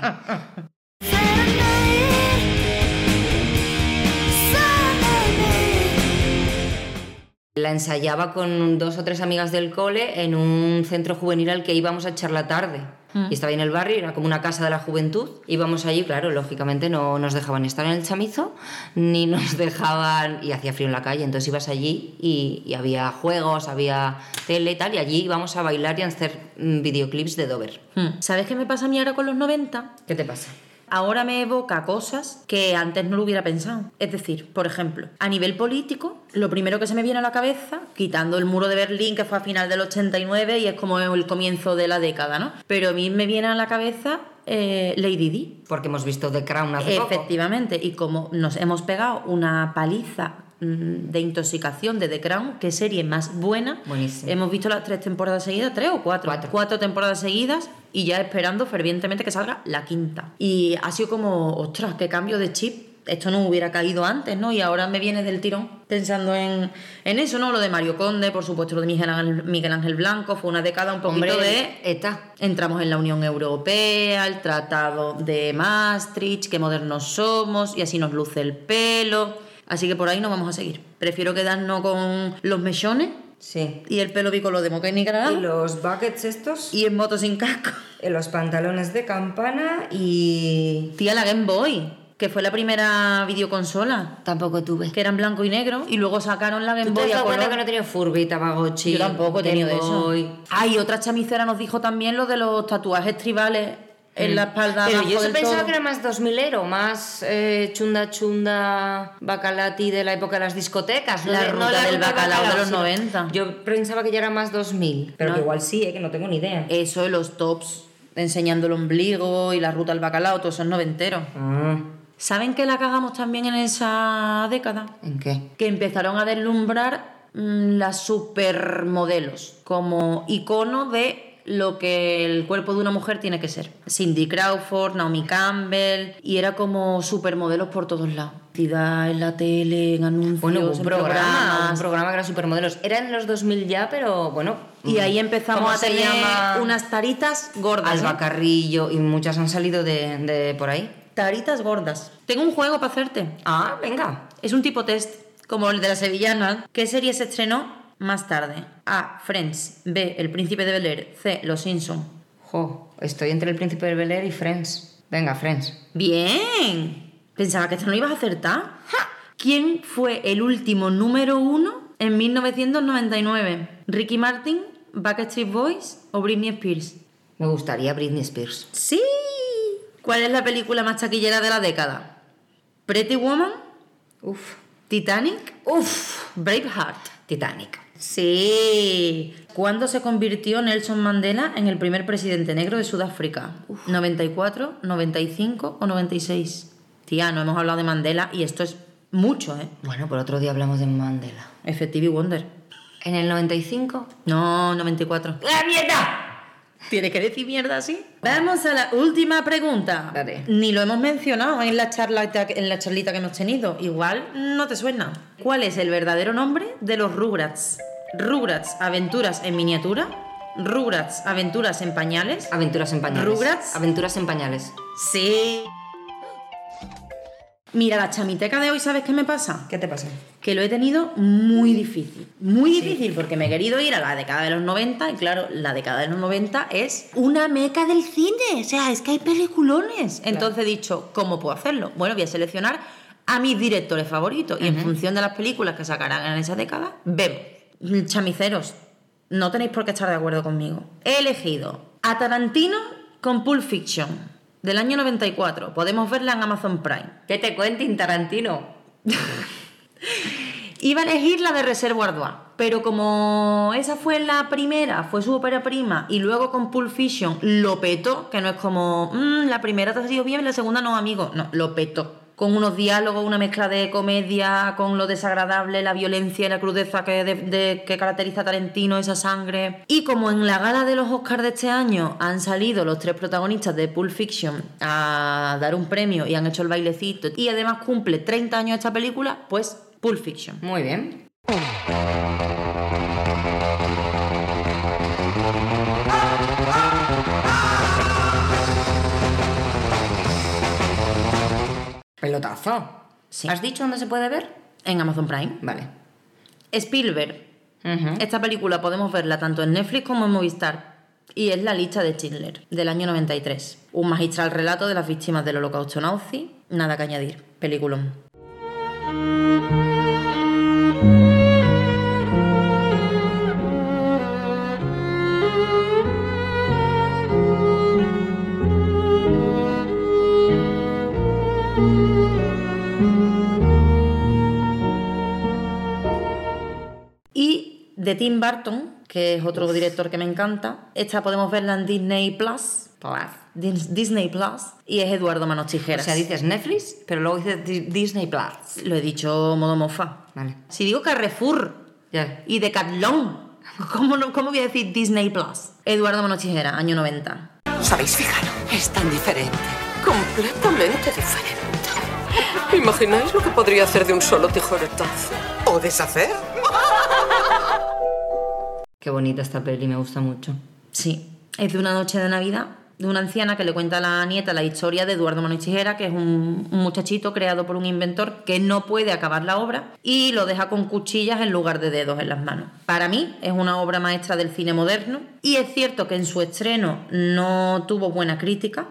Speaker 1: La ensayaba con dos o tres amigas del cole en un centro juvenil al que íbamos a echar la tarde. Y estaba ahí en el barrio, era como una casa de la juventud. Íbamos allí, claro, lógicamente no nos dejaban estar en el chamizo, ni nos dejaban. Y hacía frío en la calle, entonces ibas allí y, y había juegos, había tele y tal. Y allí íbamos a bailar y a hacer mm, videoclips de Dover.
Speaker 2: Hmm. ¿Sabes qué me pasa a mí ahora con los 90?
Speaker 1: ¿Qué te pasa?
Speaker 2: Ahora me evoca cosas que antes no lo hubiera pensado. Es decir, por ejemplo, a nivel político, lo primero que se me viene a la cabeza, quitando el muro de Berlín que fue a final del 89 y es como el comienzo de la década, ¿no? Pero a mí me viene a la cabeza eh, Lady Di.
Speaker 1: Porque hemos visto The Crown hace poco.
Speaker 2: Efectivamente, y como nos hemos pegado una paliza mm, de intoxicación de The Crown, qué serie más buena.
Speaker 1: Buenísimo.
Speaker 2: Hemos visto las tres temporadas seguidas, tres o cuatro,
Speaker 1: Cuatro.
Speaker 2: temporadas seguidas y ya esperando fervientemente que salga la quinta. Y ha sido como, ostras, qué cambio de chip. Esto no hubiera caído antes, ¿no? Y ahora me viene del tirón pensando en, en eso, ¿no? Lo de Mario Conde, por supuesto, lo de Miguel Ángel, Miguel Ángel Blanco, fue una década un poquito
Speaker 1: Hombre,
Speaker 2: de
Speaker 1: ETA.
Speaker 2: Entramos en la Unión Europea, el Tratado de Maastricht, qué modernos somos y así nos luce el pelo. Así que por ahí no vamos a seguir. Prefiero quedarnos con los mechones
Speaker 1: Sí.
Speaker 2: y el pelo bicolor de Moquén y
Speaker 1: Y
Speaker 2: Granada
Speaker 1: los buckets estos,
Speaker 2: y en moto sin casco.
Speaker 1: eh, los pantalones de campana y...
Speaker 2: Tía, la Game Boy, que fue la primera videoconsola,
Speaker 1: Tampoco tuve.
Speaker 2: que era en blanco y negro y luego sacaron la Game
Speaker 1: ¿Tú te
Speaker 2: Boy
Speaker 1: has
Speaker 2: a
Speaker 1: dado
Speaker 2: color.
Speaker 1: cuenta que no he tenido Furby, Tamagotchi?
Speaker 2: Yo tampoco he tenido
Speaker 1: Game
Speaker 2: eso.
Speaker 1: Boy?
Speaker 2: Ay, otra chamicera nos dijo también lo de los tatuajes tribales en la espalda.
Speaker 1: Mm. Pero
Speaker 2: abajo
Speaker 1: yo sí
Speaker 2: del
Speaker 1: pensaba
Speaker 2: todo.
Speaker 1: que era más 2000 ero, más eh, chunda chunda bacalati de la época de las discotecas.
Speaker 2: La
Speaker 1: de-
Speaker 2: ruta del bacalao de los
Speaker 1: sino-
Speaker 2: 90.
Speaker 1: Yo pensaba que ya era más 2000. Pero
Speaker 2: No.
Speaker 1: que igual sí, eh, que no tengo ni idea.
Speaker 2: Eso de los tops, enseñando el ombligo y la ruta al bacalao, todo eso es noventero.
Speaker 1: Ah,
Speaker 2: ¿Saben que la cagamos también en esa década?
Speaker 1: ¿En qué?
Speaker 2: Que empezaron a deslumbrar mm, las supermodelos como icono de lo que el cuerpo de una mujer tiene que ser. Cindy Crawford, Naomi Campbell, y era como supermodelos por todos lados. Tida en la tele, en anuncios,
Speaker 1: Bueno, hubo
Speaker 2: en
Speaker 1: un programa, un
Speaker 2: programas.
Speaker 1: programa que era supermodelos. Era en los 2000 ya, pero bueno. mm,
Speaker 2: y ahí empezamos
Speaker 1: ¿Cómo
Speaker 2: a
Speaker 1: se
Speaker 2: tener
Speaker 1: llama?
Speaker 2: unas taritas gordas. ¿eh? ¿no?
Speaker 1: Alba Carrillo y muchas han salido de, de por ahí.
Speaker 2: Taritas gordas. Tengo un juego para hacerte.
Speaker 1: Ah, venga.
Speaker 2: Es un tipo test, como el de la sevillana. ¿Qué serie se estrenó más tarde? A. Friends. B. El Príncipe de Bel Air. C. Los Simpson.
Speaker 1: Jo, estoy entre el príncipe de Bel Air y Friends. Venga, Friends.
Speaker 2: Bien. Pensaba que esto no lo ibas a acertar. ¡Ja! ¿Quién fue el último número uno en 1999? Ricky Martin, Backstreet Boys o Britney Spears.
Speaker 1: Me gustaría Britney Spears.
Speaker 2: Sí. ¿Cuál es la película más taquillera de la década? Pretty Woman,
Speaker 1: Uf.
Speaker 2: Titanic,
Speaker 1: Uf.
Speaker 2: Braveheart.
Speaker 1: Titanic.
Speaker 2: Sí. ¿Cuándo se convirtió Nelson Mandela en el primer presidente negro de Sudáfrica? ¿94, 95 o 96? Tía, no hemos hablado de Mandela y esto es mucho, ¿eh?
Speaker 1: Bueno, por otro día hablamos de Mandela.
Speaker 2: Effective Wonder.
Speaker 1: En el 95.
Speaker 2: No, 94.
Speaker 1: ¡La mierda!
Speaker 2: ¿Tienes que decir mierda así? Vamos a la última pregunta.
Speaker 1: Dale.
Speaker 2: Ni lo hemos mencionado en la, charla, en la charlita que hemos tenido. Igual no te suena. ¿Cuál es el verdadero nombre de los Rugrats? Rugrats Aventuras en miniatura. Rugrats Aventuras en pañales.
Speaker 1: Aventuras en pañales.
Speaker 2: ¿Rugrats?
Speaker 1: Aventuras en pañales.
Speaker 2: Sí. Mira, la chamiteca de hoy, ¿sabes qué me pasa?
Speaker 1: ¿Qué te pasa?
Speaker 2: que lo he tenido muy difícil. Muy difícil porque me he querido ir a la década de los 90 y claro, la década de los 90 es una meca del cine. O sea, es que hay peliculones. Entonces he dicho, ¿cómo puedo hacerlo? Bueno, voy a seleccionar a mis directores favoritos y en función de las películas que sacarán en esa década, vemos. Mm, Chamiceros, no tenéis por qué estar de acuerdo conmigo. He elegido a Tarantino con Pulp Fiction del año 94. Podemos verla en Amazon Prime.
Speaker 1: ¿Qué te cuentin Tarantino?
Speaker 2: Iba a elegir la de Reservoir Dogs, pero como esa fue la primera, fue su ópera prima, y luego con Pulp Fiction lo petó, que no es como, "Mm, la primera te ha sido bien y la segunda no, amigo. No, lo petó. Con unos diálogos, una mezcla de comedia, con lo desagradable, la violencia y la crudeza que, de- de- que caracteriza a Tarantino, esa sangre. Y como en la gala de los Oscars de este año han salido los tres protagonistas de Pulp Fiction a dar un premio y han hecho el bailecito, y además cumple 30 años esta película, pues Pulp Fiction.
Speaker 1: Muy bien. Pelotazo.
Speaker 2: Sí.
Speaker 1: ¿Has dicho dónde se puede ver?
Speaker 2: En Amazon Prime.
Speaker 1: Vale.
Speaker 2: Spielberg,
Speaker 1: Ujú.
Speaker 2: Esta película podemos verla tanto en Netflix como en Movistar. Y es La lista de Schindler, del año 93. Un magistral relato de las víctimas del holocausto nazi. Nada que añadir. Peliculón. Y de Tim Burton, que es otro director que me encanta. Esta podemos verla en Disney Plus. Dis- Disney Plus. Y es Eduardo Manos
Speaker 1: O
Speaker 2: Tijeras.
Speaker 1: sea, dices Netflix, pero luego dices Di- Disney Plus.
Speaker 2: Lo he dicho modo mofa.
Speaker 1: Vale.
Speaker 2: Si digo Carrefour
Speaker 1: Ya.
Speaker 2: y Decathlon, ¿cómo, no- cómo voy a decir Disney Plus? Eduardo Manos Tijeras, año 90.
Speaker 9: ¿Os habéis fijado? Es tan diferente. Completamente diferente. ¿Imagináis lo que podría hacer de un solo tijeretazo? ¿O deshacer?
Speaker 1: Qué bonita esta peli, me gusta mucho.
Speaker 2: Sí, es de una noche de Navidad de una anciana que le cuenta a la nieta la historia de Eduardo Manos Tijera, que es un, un muchachito creado por un inventor que no puede acabar la obra y lo deja con cuchillas en lugar de dedos en las manos. Para mí es una obra maestra del cine moderno y es cierto que en su estreno no tuvo buena crítica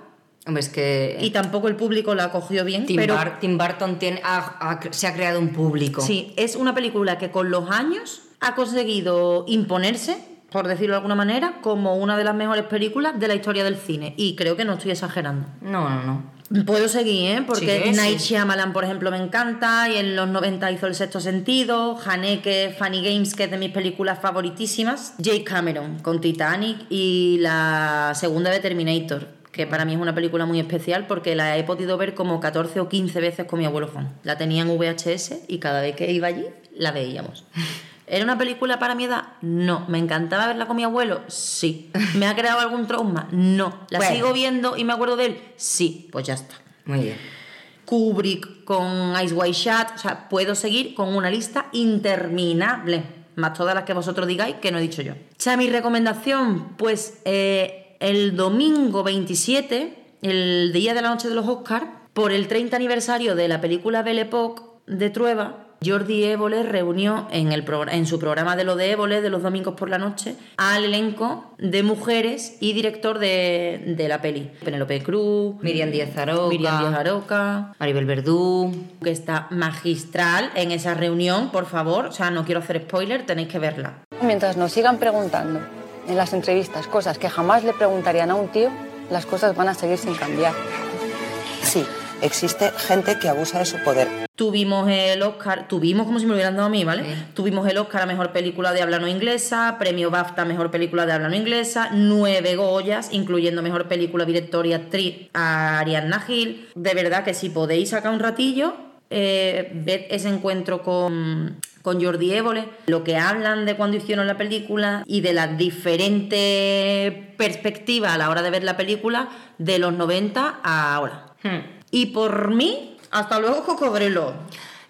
Speaker 1: Hombre, es que
Speaker 2: y tampoco el público la acogió bien,
Speaker 1: Tim,
Speaker 2: pero
Speaker 1: Bur- Tim Burton tiene, ha- ha- se ha creado un público.
Speaker 2: Sí, es una película que con los años ha conseguido imponerse, por decirlo de alguna manera, como una de las mejores películas de la historia del cine. Y creo que no estoy exagerando.
Speaker 1: No, no, no.
Speaker 2: Puedo seguir, ¿eh? Porque
Speaker 1: Sí, sí.
Speaker 2: Night Shyamalan, por ejemplo, me encanta. Y en los 90 hizo El Sexto Sentido. Haneke, Funny Games, que es de mis películas favoritísimas. Jake Cameron, con Titanic. Y la segunda de Terminator, que para mí es una película muy especial porque la he podido ver como 14 o 15 veces con mi abuelo Juan. La tenía en VHS y cada vez que iba allí la veíamos. ¿Era una película para mi edad? No. ¿Me encantaba verla con mi abuelo? Sí. ¿Me ha creado algún trauma? No. ¿La
Speaker 1: Bueno.
Speaker 2: sigo viendo y me acuerdo de él? Sí. Pues ya está.
Speaker 1: Muy bien.
Speaker 2: Kubrick con Ice White Shut. O sea, puedo seguir con una lista interminable. Más todas las que vosotros digáis que no he dicho yo. O sea, mi recomendación, pues eh, el domingo 27, el día de la noche de los Oscars, por el 30 aniversario de la película Belle Époque de Trueba, Jordi Évole reunió en, el progr- en su programa de lo de Évole de los domingos por la noche al elenco de mujeres y director de, de la peli. Penélope Cruz,
Speaker 1: Miriam Díaz Aroca.
Speaker 2: Mm, Miriam Díaz Aroca,
Speaker 1: Maribel Verdú.
Speaker 2: que está magistral en esa reunión, por favor. O sea, no quiero hacer spoiler, tenéis que verla.
Speaker 10: Mientras nos sigan preguntando en las entrevistas cosas que jamás le preguntarían a un tío, las cosas van a seguir sin cambiar.
Speaker 9: Sí, existe gente que abusa de su poder.
Speaker 2: Tuvimos el Oscar, tuvimos como si me lo hubieran dado a mí, ¿vale?
Speaker 1: Sí.
Speaker 2: Tuvimos el Oscar a Mejor Película de Habla No Inglesa, Premio BAFTA a Mejor Película de Habla No Inglesa, nueve Goyas, incluyendo Mejor Película, Director y Actriz a Ariadna Gil. De verdad que si podéis sacar un ratillo, eh, ved ese encuentro con, con Jordi Évole, lo que hablan de cuando hicieron la película y de las diferentes perspectivas a la hora de ver la película de los 90 a ahora. Y por mí, hasta luego, cocodrilo.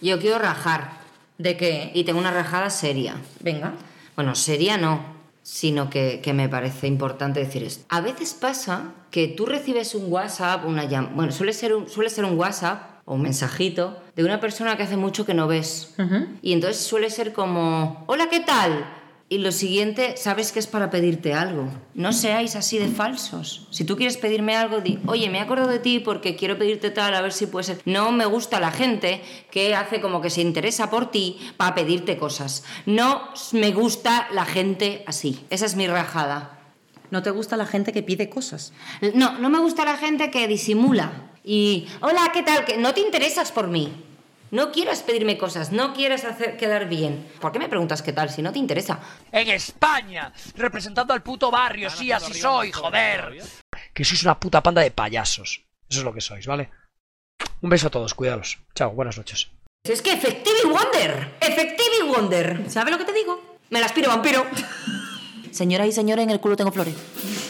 Speaker 1: Yo quiero rajar.
Speaker 2: ¿De qué?
Speaker 1: Y tengo una rajada seria.
Speaker 2: Venga.
Speaker 1: Bueno, seria no, sino que, que me parece importante decir esto. A veces pasa que tú recibes un WhatsApp, una llamada, bueno, suele ser, un, suele ser un WhatsApp o un mensajito de una persona que hace mucho que no ves. Y entonces suele ser como, hola, ¿qué tal? Y lo siguiente, sabes que es para pedirte algo. No seáis así de falsos. Si tú quieres pedirme algo, di, oye, me he acordado de ti porque quiero pedirte tal, a ver si puede ser. No me gusta la gente que hace como que se interesa por ti para pedirte cosas. No me gusta la gente así. Esa es mi rajada.
Speaker 2: ¿No te gusta la gente que pide cosas?
Speaker 1: No, no me gusta la gente que disimula. Y, hola, ¿qué tal? Que no te interesas por mí. No quieras pedirme cosas, no quieras hacer quedar bien. ¿Por qué me preguntas qué tal si no te interesa?
Speaker 11: en España, representando al puto barrio, sí, así soy, joder. Que sois una puta panda de payasos. Eso es lo que sois, ¿vale? Un beso a todos, cuidaros. Chao, buenas noches.
Speaker 1: Es que Effective Wonder, Effective Wonder.
Speaker 2: ¿Sabes lo que te digo?
Speaker 1: Me la aspiro, vampiro.
Speaker 2: Señoras y señores, en el culo tengo flores.